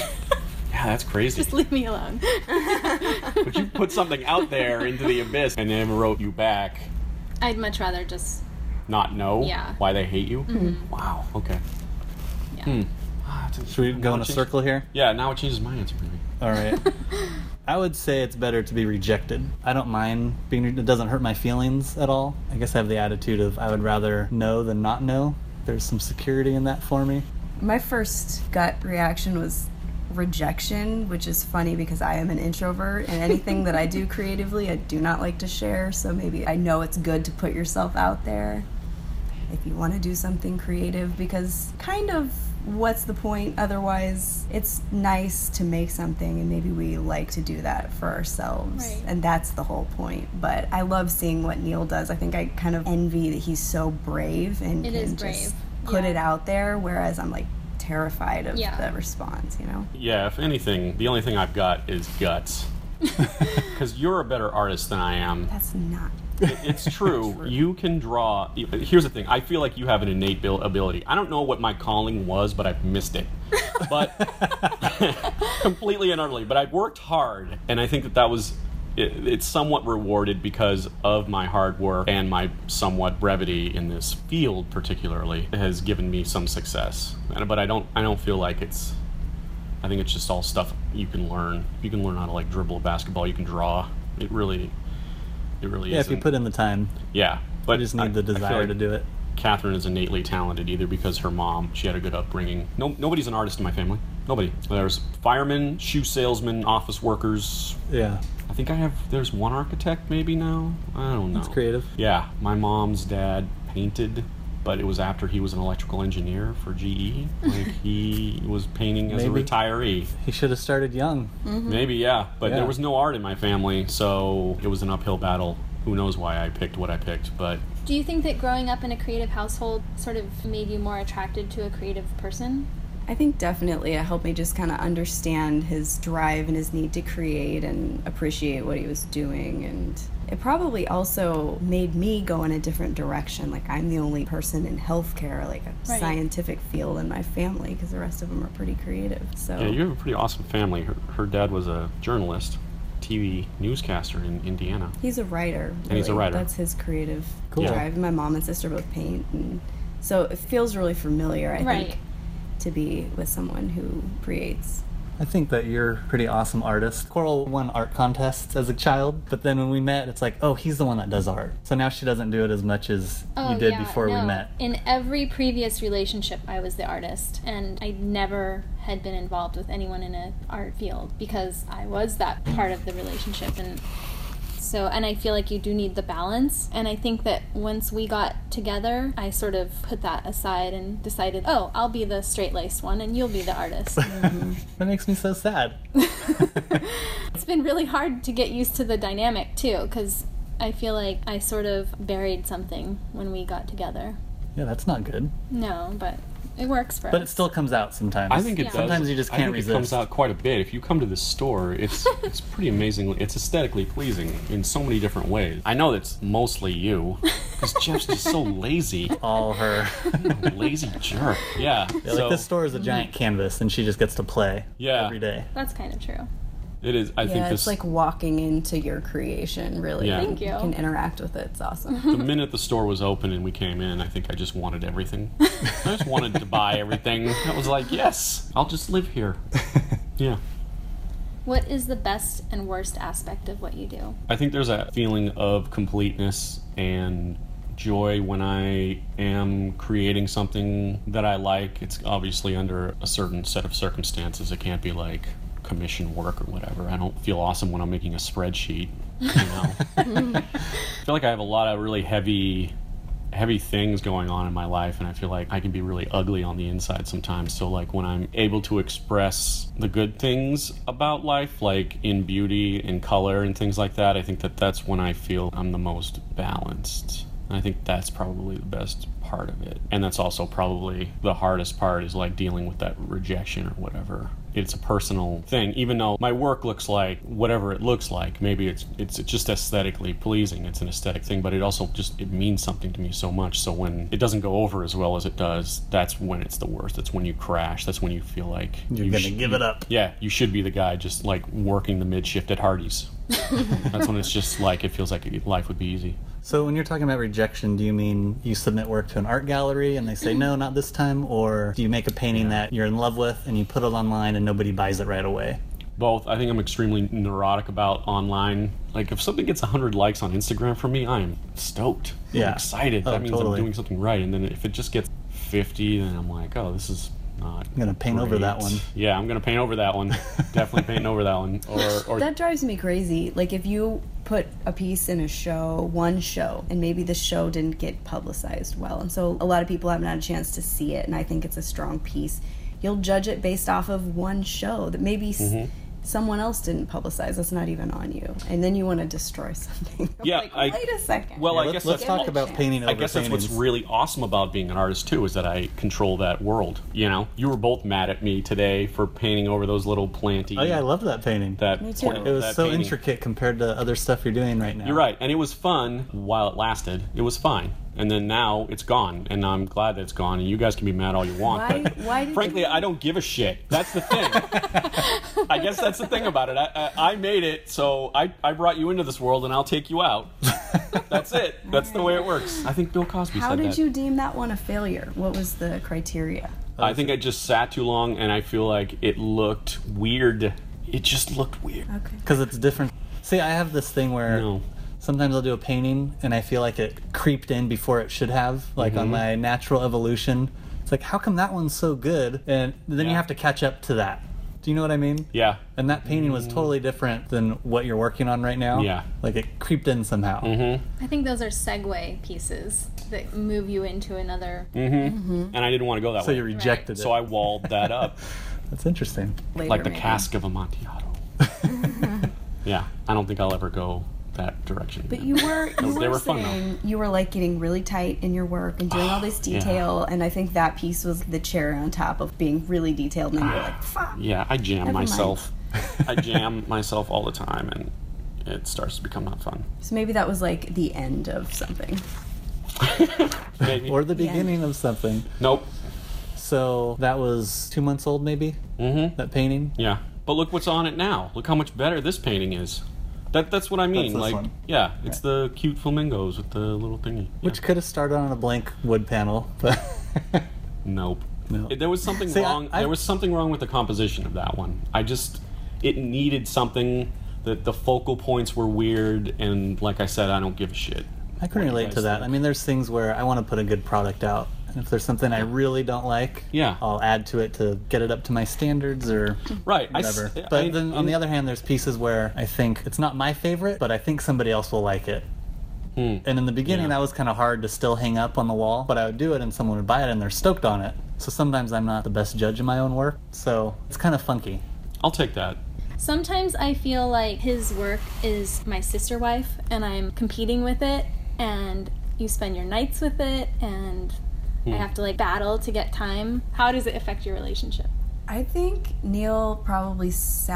Speaker 1: Yeah, that's crazy.
Speaker 4: Just leave me alone.
Speaker 1: But you put something out there into the abyss and then wrote you back.
Speaker 4: I'd much rather just
Speaker 1: not know
Speaker 4: Yeah. Mm-hmm.
Speaker 1: why they hate you. Wow. Okay.
Speaker 4: Yeah.
Speaker 1: Hmm. Ah, it's-
Speaker 3: Should we go
Speaker 1: now
Speaker 3: in
Speaker 1: it
Speaker 3: a
Speaker 1: changes-
Speaker 3: circle here?
Speaker 1: Yeah. Now it changes my answer. Maybe.
Speaker 3: All right. I would say it's better to be rejected. I don't mind being. It doesn't hurt my feelings at all. I guess I have the attitude of I would rather know than not know. There's some security in that for me.
Speaker 2: My first gut reaction was rejection, which is funny because I am an introvert and anything that I do creatively, I do not like to share. So maybe I know it's good to put yourself out there if you want to do something creative because kind of what's the point otherwise it's nice to make something and maybe we like to do that for ourselves
Speaker 4: Right.
Speaker 2: and that's the whole point but i love seeing what neil does i think i kind of envy that he's so brave and
Speaker 4: It
Speaker 2: can
Speaker 4: is
Speaker 2: just
Speaker 4: brave.
Speaker 2: put
Speaker 4: Yeah.
Speaker 2: it out there whereas i'm like terrified of
Speaker 4: Yeah.
Speaker 2: the response you know
Speaker 1: Yeah. If anything, the only thing I've got is guts. Because you're a better artist than I am.
Speaker 2: that's not
Speaker 1: It's true. You can draw. uh, Here's the thing. I feel like you have an innate abil- ability. I don't know what my calling was, but I've missed it. But completely and utterly. But I worked hard, and I think that that was. It, it's somewhat rewarded because of my hard work and my somewhat brevity in this field, particularly, has given me some success. And, but I don't. I don't feel like it's. I think it's just all stuff you can learn. You can learn how to like dribble a basketball. You can draw. It really. It really
Speaker 3: Yeah,
Speaker 1: is.
Speaker 3: if you put in the time,
Speaker 1: Yeah, but
Speaker 3: I just need the
Speaker 1: I feel
Speaker 3: desire
Speaker 1: like
Speaker 3: to do it.
Speaker 1: Catherine is innately talented, either because her mom she had a good upbringing. No, nobody's an artist in my family. Nobody. There's firemen, shoe salesmen, office workers.
Speaker 3: Yeah,
Speaker 1: I think I have. There's one architect, maybe now. I don't know.
Speaker 3: it's creative.
Speaker 1: Yeah, my mom's dad painted, but it was after he was an electrical engineer for GE. Like he was painting as
Speaker 3: Maybe.
Speaker 1: a retiree.
Speaker 3: He should have started young.
Speaker 1: Maybe, yeah. But
Speaker 3: Yeah.
Speaker 1: there was no art in my family, so it was an uphill battle. Who knows why I picked what I picked, but
Speaker 4: Do you think that growing up in a creative household sort of made you more attracted to a creative person?
Speaker 2: I think definitely it helped me just kind of understand his drive and his need to create and appreciate what he was doing. And it probably also made me go in a different direction. Like, I'm the only person in healthcare, like a
Speaker 4: Right.
Speaker 2: scientific field in my family, because the rest of them are pretty creative. So,
Speaker 1: Yeah, you have a pretty awesome family. Her, her dad was a journalist, TV newscaster in Indiana.
Speaker 2: he's a writer. Really.
Speaker 1: And he's a writer.
Speaker 2: That's his creative
Speaker 3: Cool.
Speaker 2: drive. My mom and sister both paint. And so it feels really familiar, I
Speaker 4: Right.
Speaker 2: think, to be with someone who creates.
Speaker 3: I think that you're a pretty awesome artist. Coral won art contests as a child, but then when we met, it's like, oh, he's the one that does art. So now she doesn't do it as much as you did
Speaker 4: Oh, yeah,
Speaker 3: before
Speaker 4: no.
Speaker 3: we met.
Speaker 4: In every previous relationship, I was the artist, and I never had been involved with anyone in an art field because I was that part of the relationship, and so and I feel like you do need the balance. And I think that once we got together, I sort of put that aside and decided, oh, I'll be the straight laced one, and you'll be the artist. Mm-hmm.
Speaker 3: That makes me so sad.
Speaker 4: It's been really hard to get used to the dynamic too, because I feel like I sort of buried something when we got together.
Speaker 3: Yeah, that's not good.
Speaker 4: No, but it works for
Speaker 3: But it
Speaker 4: us.
Speaker 3: still comes out sometimes.
Speaker 1: I think it
Speaker 4: Yeah.
Speaker 1: does.
Speaker 3: Sometimes you just
Speaker 1: I
Speaker 3: can't
Speaker 1: think It comes
Speaker 3: resist.
Speaker 1: out quite a bit. If you come to the store, it's it's pretty amazingly. It's aesthetically pleasing in so many different ways. I know that's mostly you, because Jeff's just so lazy,
Speaker 3: all her.
Speaker 1: lazy jerk. Yeah. so
Speaker 3: Yeah, like this store is a giant canvas, and she just gets to play
Speaker 1: Yeah.
Speaker 3: every day.
Speaker 4: That's kind of true.
Speaker 1: it is. I think
Speaker 2: Yeah,
Speaker 1: this.
Speaker 2: it's like walking into your creation, really.
Speaker 1: Yeah.
Speaker 4: Thank you.
Speaker 2: can interact with it. It's awesome.
Speaker 1: the minute the store was open and we came in, I think I just wanted everything. I just wanted to buy everything. I was like, yes, I'll just live here. Yeah.
Speaker 4: What is the best and worst aspect of what you do?
Speaker 1: I think there's a feeling of completeness and joy when I am creating something that I like. It's obviously under a certain set of circumstances. It can't be like commission work or whatever. I don't feel awesome when I'm making a spreadsheet. You know? I feel like I have a lot of really heavy heavy things going on in my life and I feel like I can be really ugly on the inside sometimes. So like when I'm able to express the good things about life like in beauty and color and things like that, I think that that's when I feel I'm the most balanced. And I think that's probably the best part of it. And that's also probably the hardest part is like dealing with that rejection or whatever. It's a personal thing, even though my work looks like whatever it looks like. Maybe it's it's just aesthetically pleasing. It's an aesthetic thing, but it also just it means something to me so much. So when it doesn't go over as well as it does, that's when it's the worst. That's when you crash. That's when you feel like
Speaker 3: You're
Speaker 1: you
Speaker 3: gonna
Speaker 1: sh-
Speaker 3: give it up.
Speaker 1: Yeah, you should be the guy just like working the mid shift at Hardee's. that's when it's just like it feels like life would be easy.
Speaker 3: So when you're talking about rejection, do you mean you submit work to an art gallery and they say no, not this time, or do you make a painting that you're in love with and you put it online and nobody buys it right away?
Speaker 1: both. I think I'm extremely neurotic about online. Like if something gets 100 likes on Instagram for me, I'm stoked.
Speaker 3: Yeah.
Speaker 1: I'm excited.
Speaker 3: Oh,
Speaker 1: that means
Speaker 3: totally.
Speaker 1: I'm doing something right. And then if it just gets 50, then I'm like, oh, this is not. I'm
Speaker 3: gonna paint over that one.
Speaker 1: Yeah, I'm gonna paint over that one. Definitely paint over that one. Or, or
Speaker 2: That drives me crazy. Like if you put a piece in a show, one show, and maybe the show didn't get publicized well, and so a lot of people haven't had a chance to see it, and I think it's a strong piece. You'll judge it based off of one show that maybe s
Speaker 1: Mm-hmm.
Speaker 2: someone else didn't publicize. That's not even on you, and then you want to destroy something. I'm
Speaker 1: Yeah,
Speaker 2: like,
Speaker 1: I-
Speaker 2: wait a second.
Speaker 1: well, I
Speaker 3: let's
Speaker 1: guess
Speaker 3: let's
Speaker 1: that's
Speaker 3: talk
Speaker 1: all-
Speaker 3: about painting over
Speaker 1: I guess that's
Speaker 3: paintings.
Speaker 1: what's really awesome about being an artist too is that I control that world. You know, you were both mad at me today for painting over those little planty.
Speaker 3: oh yeah, I love that painting.
Speaker 1: that.
Speaker 2: Me too.
Speaker 1: plant-
Speaker 3: it was
Speaker 1: that
Speaker 3: so
Speaker 1: painting.
Speaker 3: intricate compared to other stuff you're doing right now.
Speaker 1: You're right, and it was fun while it lasted. It was fine, and then now it's gone, and I'm glad that it's gone. And you guys can be mad all you want,
Speaker 2: Why-
Speaker 1: but
Speaker 2: why did
Speaker 1: frankly,
Speaker 2: you-
Speaker 1: I don't give a shit. That's the thing. I guess that's the thing about it. I, I, I made it, so I, I brought you into this world, and I'll take you out. That's it. That's the way it works. I think Bill Cosby
Speaker 2: how
Speaker 1: said
Speaker 2: did
Speaker 1: that.
Speaker 2: you deem that one a failure? What was the criteria?
Speaker 1: I think I just sat too long, and I feel like it looked weird. It just looked weird.
Speaker 2: Okay.
Speaker 3: because it's different. See, I have this thing where
Speaker 1: No.
Speaker 3: sometimes I'll do a painting and I feel like it creeped in before it should have, like
Speaker 1: Mm-hmm.
Speaker 3: on my natural evolution. It's like, how come that one's so good? And then you
Speaker 1: Yeah.
Speaker 3: have to catch up to that. Do you know what I mean?
Speaker 1: Yeah. Mm.
Speaker 3: And that painting was totally different than what you're working on right now.
Speaker 1: Yeah. Mm-hmm.
Speaker 3: Like it creeped in somehow.
Speaker 4: I think those are segue pieces that move you into another.
Speaker 1: Mm. And I didn't want to go that
Speaker 3: So
Speaker 1: way.
Speaker 3: you rejected it.
Speaker 1: so I walled that up.
Speaker 3: That's interesting.
Speaker 2: Later,
Speaker 1: like the
Speaker 2: maybe.
Speaker 1: cask of Amontillado. yeah, I don't think I'll ever go that direction.
Speaker 2: But you were you
Speaker 1: They
Speaker 2: were,
Speaker 1: were fun, though.
Speaker 2: saying you were like getting really tight in your work and doing all this
Speaker 1: Yeah.
Speaker 2: detail, and I think that piece was the cherry on top of being really detailed. And then you're like, "Fuck."
Speaker 1: yeah, I jam
Speaker 2: Never mind.
Speaker 1: myself. I jam myself all the time, and it starts to become not fun.
Speaker 2: So maybe that was like the end of something.
Speaker 1: Maybe.
Speaker 3: Or the beginning of something.
Speaker 1: nope.
Speaker 3: So that was two months old, maybe? Mm-hmm. That painting?
Speaker 1: Yeah, but look what's on it now. Look how much better this painting is. That that's what I mean.
Speaker 3: That's this
Speaker 1: like,
Speaker 3: one.
Speaker 1: yeah, it's the cute flamingos with the little thingy. Yeah.
Speaker 3: Which could have started on a blank wood panel, but.
Speaker 1: Nope.
Speaker 3: No.
Speaker 1: It- There was something
Speaker 3: See, I-
Speaker 1: wrong.
Speaker 3: I-
Speaker 1: there was something wrong with the composition of that one. I just it needed something that the focal points were weird and like I said, I don't give a shit.
Speaker 3: I can relate
Speaker 1: guys
Speaker 3: to that.
Speaker 1: think?
Speaker 3: I mean, there's things where I want to put a good product out, and if there's something I really don't like,
Speaker 1: Yeah.
Speaker 3: I'll add to it to get it up to my standards or
Speaker 1: Right. I s-
Speaker 3: whatever.
Speaker 1: I-
Speaker 3: but
Speaker 1: I-
Speaker 3: then on the other hand, there's pieces where I think it's not my favorite, but I think somebody else will like it.
Speaker 1: Hmm.
Speaker 3: And in the beginning,
Speaker 1: Yeah.
Speaker 3: that was kind of hard to still hang up on the wall, but I would do it, and someone would buy it, and they're stoked on it. So sometimes I'm not the best judge of my own work, so it's kind of funky.
Speaker 1: I'll take that.
Speaker 4: Sometimes I feel like his work is my sister wife, and I'm competing with it, and you spend your nights with it, and
Speaker 1: Mm.
Speaker 4: I have to like battle to get time. How does it affect your relationship?
Speaker 2: I think Neil probably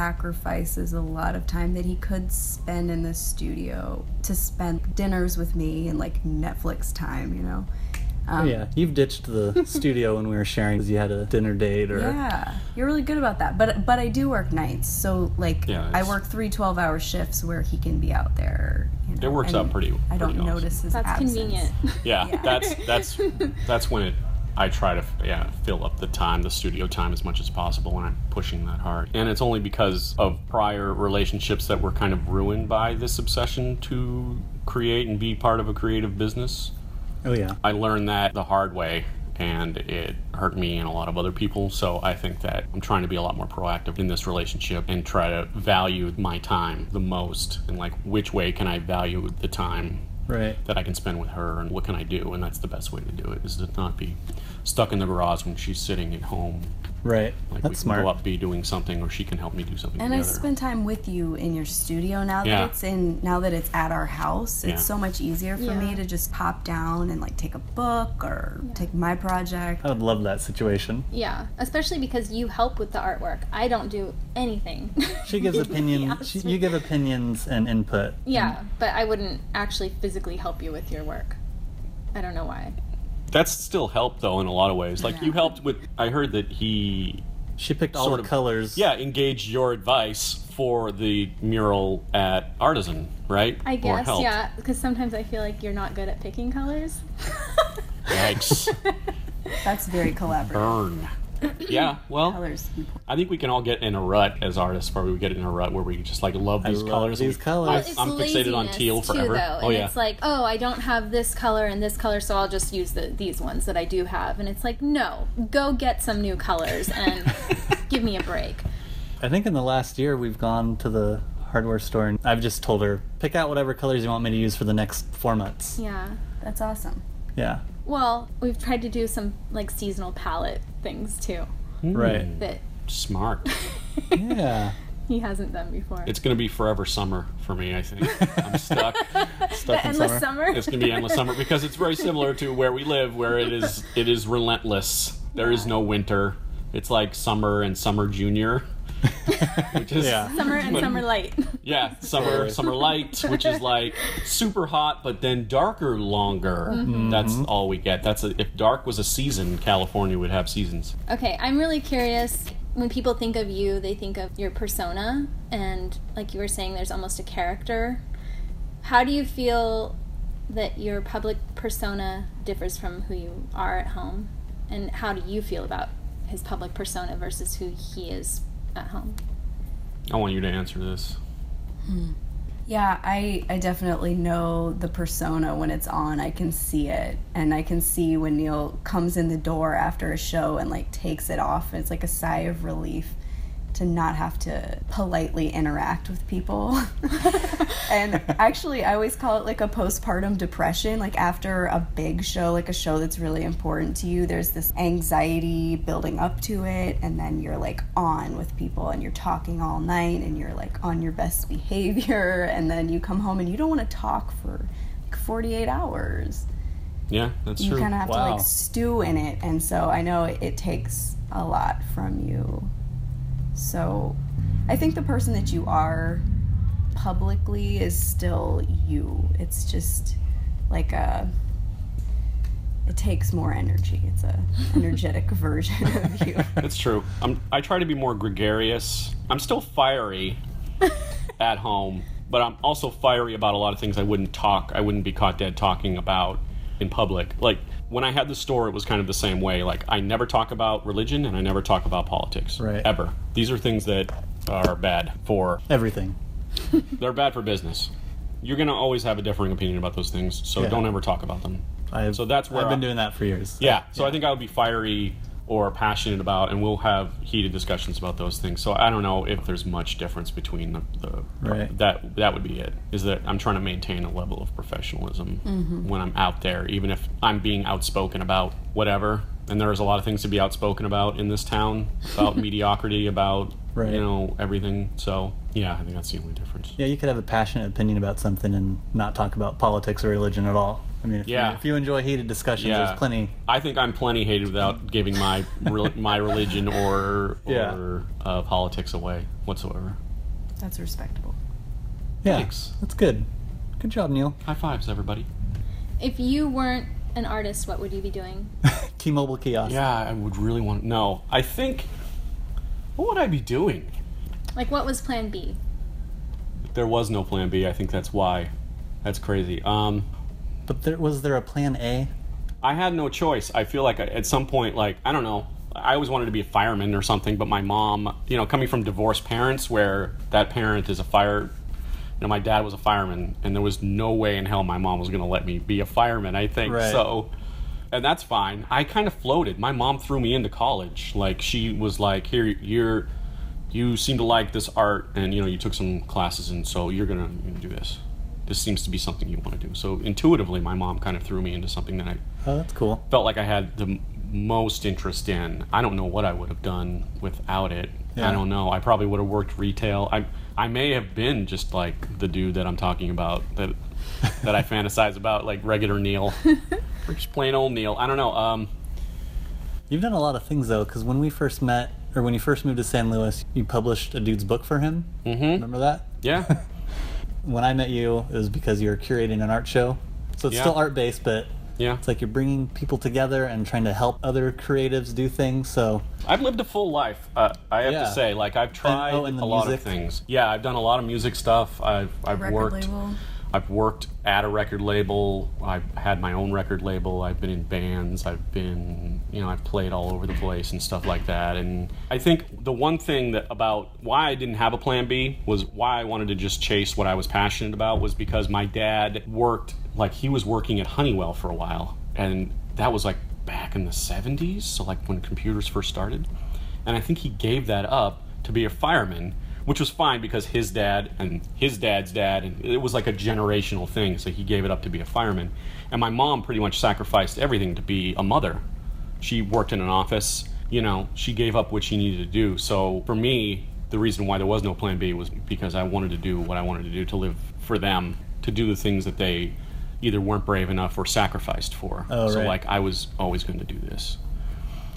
Speaker 2: sacrifices a lot of time that he could spend in the studio to spend dinners with me and like Netflix time, you know? Um,
Speaker 3: Oh, yeah, you've ditched the studio when we were sharing because you had a dinner date or
Speaker 2: Yeah, you're really good about that. But but I do work nights, so like
Speaker 1: Yeah,
Speaker 2: I
Speaker 1: it's-
Speaker 2: work three 12 hour shifts where he can be out there. You know,
Speaker 1: It works
Speaker 2: and
Speaker 1: out pretty-
Speaker 2: I don't
Speaker 1: pretty awesome.
Speaker 2: notice his
Speaker 4: That's
Speaker 2: absence.
Speaker 4: convenient.
Speaker 1: Yeah,
Speaker 2: Yeah.
Speaker 1: that's that's that's when it I try to f- yeah, fill up the time, the studio time as much as possible and I'm pushing that hard. And it's only because of prior relationships that were kind of ruined by this obsession to create and be part of a creative business.
Speaker 3: oh yeah.
Speaker 1: I learned that the hard way and it hurt me and a lot of other people. So I think that I'm trying to be a lot more proactive in this relationship and try to value my time the most and like which way can I value the time
Speaker 3: Right.
Speaker 1: that I can spend with her and what can I do and that's the best way to do it is to not be stuck in the garage when she's sitting at home.
Speaker 3: Right.
Speaker 1: Like we
Speaker 3: That's
Speaker 1: can
Speaker 3: smart.
Speaker 1: go up be doing something or she can help me do something
Speaker 2: And I
Speaker 1: together.
Speaker 2: spend time with you in your studio now that
Speaker 1: Yeah.
Speaker 2: it's in now that it's at our house. It's
Speaker 1: Yeah.
Speaker 2: so much easier for
Speaker 4: Yeah.
Speaker 2: me to just pop down and like take a book or take my project.
Speaker 3: I would love that situation.
Speaker 4: Yeah, especially because you help with the artwork. I don't do anything.
Speaker 3: She gives opinion.
Speaker 4: Yeah.
Speaker 3: she, you give opinions and input.
Speaker 4: yeah, but I wouldn't actually physically help you with your work. I don't know why.
Speaker 1: That's still helped though in a lot of ways. Like you helped with I heard that he
Speaker 3: She picked all
Speaker 1: sort
Speaker 3: the
Speaker 1: of-
Speaker 3: colors.
Speaker 1: yeah, engage your advice for the mural at Artisan, right?
Speaker 4: I
Speaker 1: Or
Speaker 4: guess,
Speaker 1: help.
Speaker 4: yeah, because sometimes I feel like you're not good at picking colors.
Speaker 1: Yikes.
Speaker 2: That's very collaborative.
Speaker 1: Burn. Yeah, well,
Speaker 2: Colors.
Speaker 1: I think we can all get in a rut as artists, where we get in a rut where we just like love these
Speaker 3: love
Speaker 1: colors. and
Speaker 3: these
Speaker 1: we-
Speaker 3: colors.
Speaker 1: I-
Speaker 4: Well, it's
Speaker 1: I'm fixated on
Speaker 4: laziness,
Speaker 1: teal forever.
Speaker 4: Too, though,
Speaker 1: Oh,
Speaker 4: and
Speaker 1: yeah.
Speaker 4: It's like, oh, I don't have this color and this color, so I'll just use the, these ones that I do have. And it's like, no, go get some new colors and give me a break.
Speaker 3: I think in the last year we've gone to the hardware store and I've just told her pick out whatever colors you want me to use for the next four months.
Speaker 4: Yeah.
Speaker 2: That's awesome.
Speaker 3: Yeah,
Speaker 4: Well, we've tried to do some like seasonal palette things too
Speaker 1: Hmm.
Speaker 3: right.
Speaker 4: that
Speaker 1: Smart.
Speaker 3: Yeah,
Speaker 4: he hasn't done before.
Speaker 1: It's gonna be forever summer for me. I think I'm stuck.
Speaker 3: stuck
Speaker 4: the
Speaker 3: in
Speaker 4: endless
Speaker 3: summer.
Speaker 4: summer.
Speaker 1: It's gonna be endless summer because it's very similar to where we live, where it is it is relentless. There is no winter. It's like summer and summer junior, which is
Speaker 3: Yeah,
Speaker 4: Summer and summer light.
Speaker 1: Yeah, summer summer light, which is like super hot, but then darker longer. That's all we get. That's a, if dark was a season, California would have seasons.
Speaker 4: Okay, I'm really curious. When people think of you, they think of your persona, and like you were saying, there's almost a character. How do you feel that your public persona differs from who you are at home? And how do you feel about his public persona versus who he is at home?
Speaker 1: I want you to answer this.
Speaker 2: Yeah, I, I definitely know the persona when it's on. I can see it. And I can see when Neil comes in the door after a show and like takes it off. And it's like a sigh of relief to not have to politely interact with people. and actually, I always call it like a postpartum depression. Like after a big show, like a show that's really important to you, there's this anxiety building up to it. And then you're like on with people and you're talking all night and you're like on your best behavior. And then you come home and you don't want to talk for like 48 hours
Speaker 1: Yeah, that's
Speaker 2: you
Speaker 1: true.
Speaker 2: kind of have to
Speaker 3: Wow.
Speaker 2: like stew in it and so i know it, it takes a lot from you so i think the person that you are publicly is still you it's just like a it takes more energy it's a energetic version of you
Speaker 1: That's true. I'm, I try to be more gregarious. I'm still fiery at home, but I'm also fiery about a lot of things I wouldn't talk, I wouldn't be caught dead talking about in public. Like when I had the store, it was kind of the same way. Like I never talk about religion and I never talk about politics.
Speaker 3: Right.
Speaker 1: Ever. These are things that are bad for,
Speaker 3: everything.
Speaker 1: they're bad for business. You're going to always have a differing opinion about those things, so
Speaker 3: Yeah.
Speaker 1: don't ever talk about them.
Speaker 3: I've,
Speaker 1: So that's where
Speaker 3: I've been
Speaker 1: I-
Speaker 3: doing that for years.
Speaker 1: Yeah. So I think I would be fiery or passionate about, and we'll have heated discussions about those things. So I don't know if there's much difference between the, the
Speaker 3: Right.
Speaker 1: that that would be it. Is that I'm trying to maintain a level of professionalism
Speaker 3: Mm-hmm.
Speaker 1: when I'm out there, even if I'm being outspoken about whatever. And there's a lot of things to be outspoken about in this town about mediocrity, about
Speaker 3: Right.
Speaker 1: you know everything. So yeah, I think that's the only difference.
Speaker 3: Yeah, you could have a passionate opinion about something and not talk about politics or religion at all. I mean, if,
Speaker 1: Yeah.
Speaker 3: you, if you enjoy heated discussions,
Speaker 1: Yeah.
Speaker 3: there's plenty.
Speaker 1: I think I'm plenty hated without giving my rel- my religion or
Speaker 3: Yeah.
Speaker 1: or uh, politics away whatsoever.
Speaker 2: that's respectable
Speaker 3: Yeah,
Speaker 1: Thanks.
Speaker 3: that's good. Good job, Neil.
Speaker 1: High fives, everybody.
Speaker 4: If you weren't an artist, what would you be doing?
Speaker 3: T-Mobile kiosk.
Speaker 1: Yeah, I would really want. No, I think. What would I be doing?
Speaker 4: Like, what was plan B?
Speaker 1: If there was no plan B. I think that's why. That's crazy. Um,
Speaker 3: But there, was there a plan A?
Speaker 1: I had no choice. I feel like I- at some point, like I don't know. I always wanted to be a fireman or something, but my mom, you know, coming from divorced parents, where that parent is a fire, you know, my dad was a fireman, and there was no way in hell my mom was going to let me be a fireman. I think
Speaker 3: Right.
Speaker 1: so, and that's fine. I kind of floated. My mom threw me into college. Like she was like, "Here, you're, you seem to like this art, and you know, you took some classes, and so you're gonna, you're gonna do this." This seems to be something you want to do. So intuitively, my mom kind of threw me into something that I
Speaker 3: Oh, that's cool.
Speaker 1: felt like I had the m- most interest in. I don't know what I would have done without it.
Speaker 3: Yeah.
Speaker 1: I don't know. I probably would have worked retail. I I may have been just like the dude that I'm talking about that that I fantasize about, like regular Neil, or just plain old Neil. I don't know. Um,
Speaker 3: You've done a lot of things though, because when we first met, or when you first moved to San Luis, you published a dude's book for him. Mm-hmm. Remember that?
Speaker 1: yeah,
Speaker 3: When I met you, it was because you were curating an art show. So it's
Speaker 1: Yeah.
Speaker 3: still art based, but
Speaker 1: Yeah.
Speaker 3: It's like you're bringing people together and trying to help other creatives do things. So
Speaker 1: I've lived a full life. Uh, I have
Speaker 3: Yeah.
Speaker 1: to say, like I've tried
Speaker 3: oh,
Speaker 1: a
Speaker 3: and the
Speaker 1: lot of
Speaker 3: music.
Speaker 1: things. Yeah, I've done a lot of music stuff. I've I've
Speaker 2: Record
Speaker 1: worked.
Speaker 2: label.
Speaker 1: I've worked at a record label. I've had my own record label. I've been in bands. I've been, you know, I've played all over the place and stuff like that. And I think the one thing that about why I didn't have a plan B was why I wanted to just chase what I was passionate about was because my dad worked, like, he was working at Honeywell for a while. And that was like back in the 70s, so like when computers first started. And I think he gave that up to be a fireman which was fine because his dad and his dad's dad and it was like a generational thing so he gave it up to be a fireman and my mom pretty much sacrificed everything to be a mother she worked in an office you know she gave up what she needed to do so for me the reason why there was no plan b was because i wanted to do what i wanted to do to live for them to do the things that they either weren't brave enough or sacrificed for
Speaker 3: Oh,
Speaker 1: so
Speaker 3: right.
Speaker 1: like i was always going to do this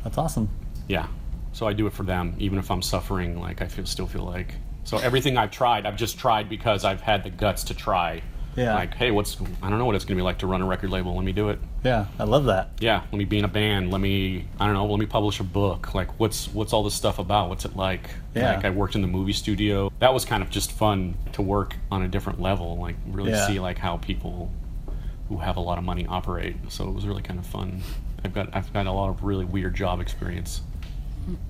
Speaker 3: that's awesome.
Speaker 1: yeah so i do it for them even if i'm suffering like i feel still feel like so everything i've tried i've just tried because i've had the guts to try
Speaker 3: Yeah.
Speaker 1: like hey what's i don't know what it's going to be like to run a record label let me do it
Speaker 3: Yeah, I love that.
Speaker 1: yeah let me be in a band let me i don't know let me publish a book like what's what's all this stuff about what's it like
Speaker 3: Yeah.
Speaker 1: like i worked in the movie studio that was kind of just fun to work on a different level like really
Speaker 3: Yeah.
Speaker 1: see like how people who have a lot of money operate so it was really kind of fun i've got i've got a lot of really weird job experience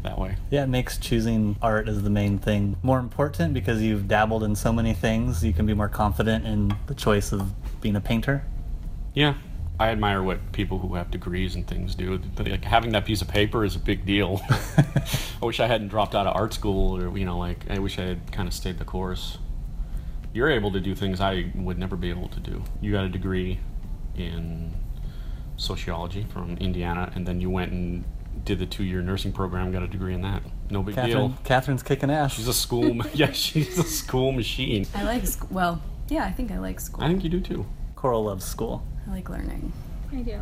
Speaker 1: that way
Speaker 3: Yeah, it makes choosing art as the main thing more important because you've dabbled in so many things. You can be more confident in the choice of being a painter.
Speaker 1: Yeah, I admire what people who have degrees and things do. Like having that piece of paper is a big deal. I wish I hadn't dropped out of art school, or you know, like I wish I had kind of stayed the course. You're able to do things I would never be able to do. You got a degree in sociology from Indiana, and then you went and did the two-year nursing program, got a degree in that. No big
Speaker 3: Catherine,
Speaker 1: deal.
Speaker 3: Catherine's kicking ass.
Speaker 1: She's a school. ma- yeah, she's a school machine.
Speaker 2: I like sc- well, yeah, I think I like school.
Speaker 1: I think you do too.
Speaker 3: Coral loves school.
Speaker 2: I like learning.
Speaker 4: I do.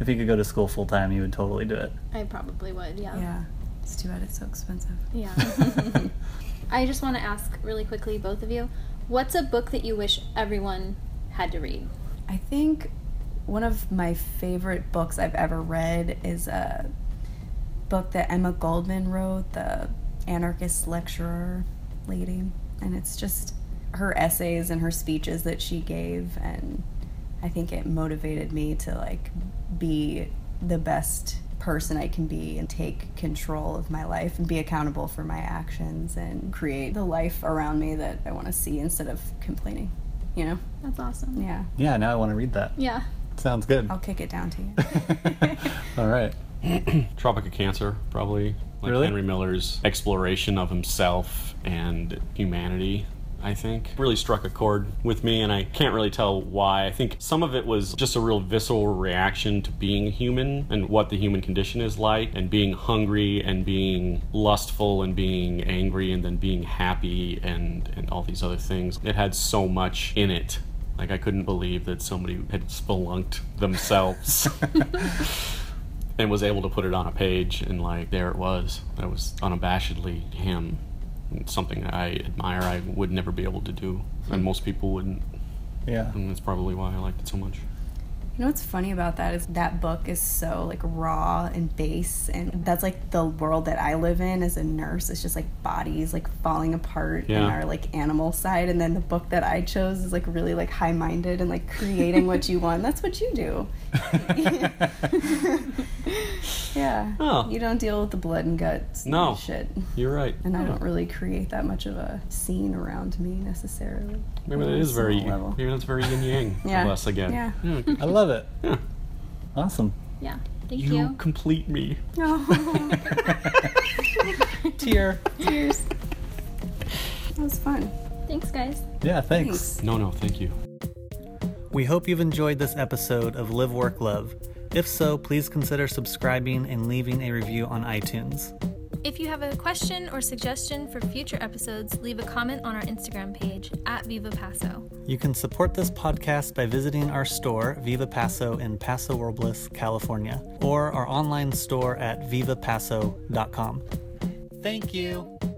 Speaker 3: If you could go to school full time, you would totally do it.
Speaker 4: I probably would, yeah.
Speaker 2: Yeah, it's too bad it's so expensive.
Speaker 4: Yeah. I just want to ask really quickly, both of you, what's a book that you wish everyone had to read?
Speaker 2: I think one of my favorite books I've ever read is a book that Emma Goldman wrote, the anarchist lecturer lady. And it's just her essays and her speeches that she gave. And I think it motivated me to like be the best person I can be and take control of my life and be accountable for my actions and create the life around me that I want to see instead of complaining. You know?
Speaker 4: That's awesome.
Speaker 2: Yeah.
Speaker 3: Yeah, now I want to read that.
Speaker 4: Yeah.
Speaker 3: Sounds good.
Speaker 2: I'll kick it down to you.
Speaker 3: All right.
Speaker 1: Tropic of Cancer, probably. Like
Speaker 3: Really?
Speaker 1: Henry Miller's exploration of himself and humanity, I think. Really struck a chord with me, and I can't really tell why. I think some of it was just a real visceral reaction to being human and what the human condition is like, and being hungry, and being lustful, and being angry, and then being happy, and, and all these other things. It had so much in it. Like, I couldn't believe that somebody had spelunked themselves. and was able to put it on a page and like there it was that was unabashedly him It's something that i admire i would never be able to do and most people wouldn't
Speaker 3: Yeah.
Speaker 1: and that's probably why i liked it so much
Speaker 2: You know what's funny about that is that book is so like raw and base, and that's like the world that I live in as a nurse. It's just like bodies like falling apart
Speaker 1: Yeah.
Speaker 2: and our like animal side, and then the book that I chose is like really like high minded and like creating what you want. That's what you do. yeah.
Speaker 1: Oh.
Speaker 2: You don't deal with the blood and guts. and
Speaker 1: No.
Speaker 2: Shit.
Speaker 1: you're right
Speaker 2: And I don't really create that much of a scene around me necessarily.
Speaker 1: maybe
Speaker 2: on
Speaker 1: that
Speaker 2: a
Speaker 1: is very
Speaker 2: small level.
Speaker 1: maybe that's very yin yang
Speaker 2: Yeah.
Speaker 1: of us again
Speaker 2: Yeah.
Speaker 3: I love it.
Speaker 1: Yeah.
Speaker 3: Awesome.
Speaker 4: Yeah. Thank
Speaker 1: you
Speaker 4: you.
Speaker 1: complete me Hmm.
Speaker 2: Oh,
Speaker 3: Tear.
Speaker 4: Cheers.
Speaker 2: that was fun.
Speaker 4: Thanks, guys.
Speaker 3: Yeah, thanks.
Speaker 2: Thanks.
Speaker 1: no no thank you
Speaker 3: We hope you've enjoyed this episode of Live Work Love. If so, please consider subscribing and leaving a review on iTunes.
Speaker 5: If you have a question or suggestion for future episodes, leave a comment on our Instagram page at Viva Paso.
Speaker 3: You can support this podcast by visiting our store, Viva Paso, in Paso Robles, California, or our online store at vivapaso.com. Thank you.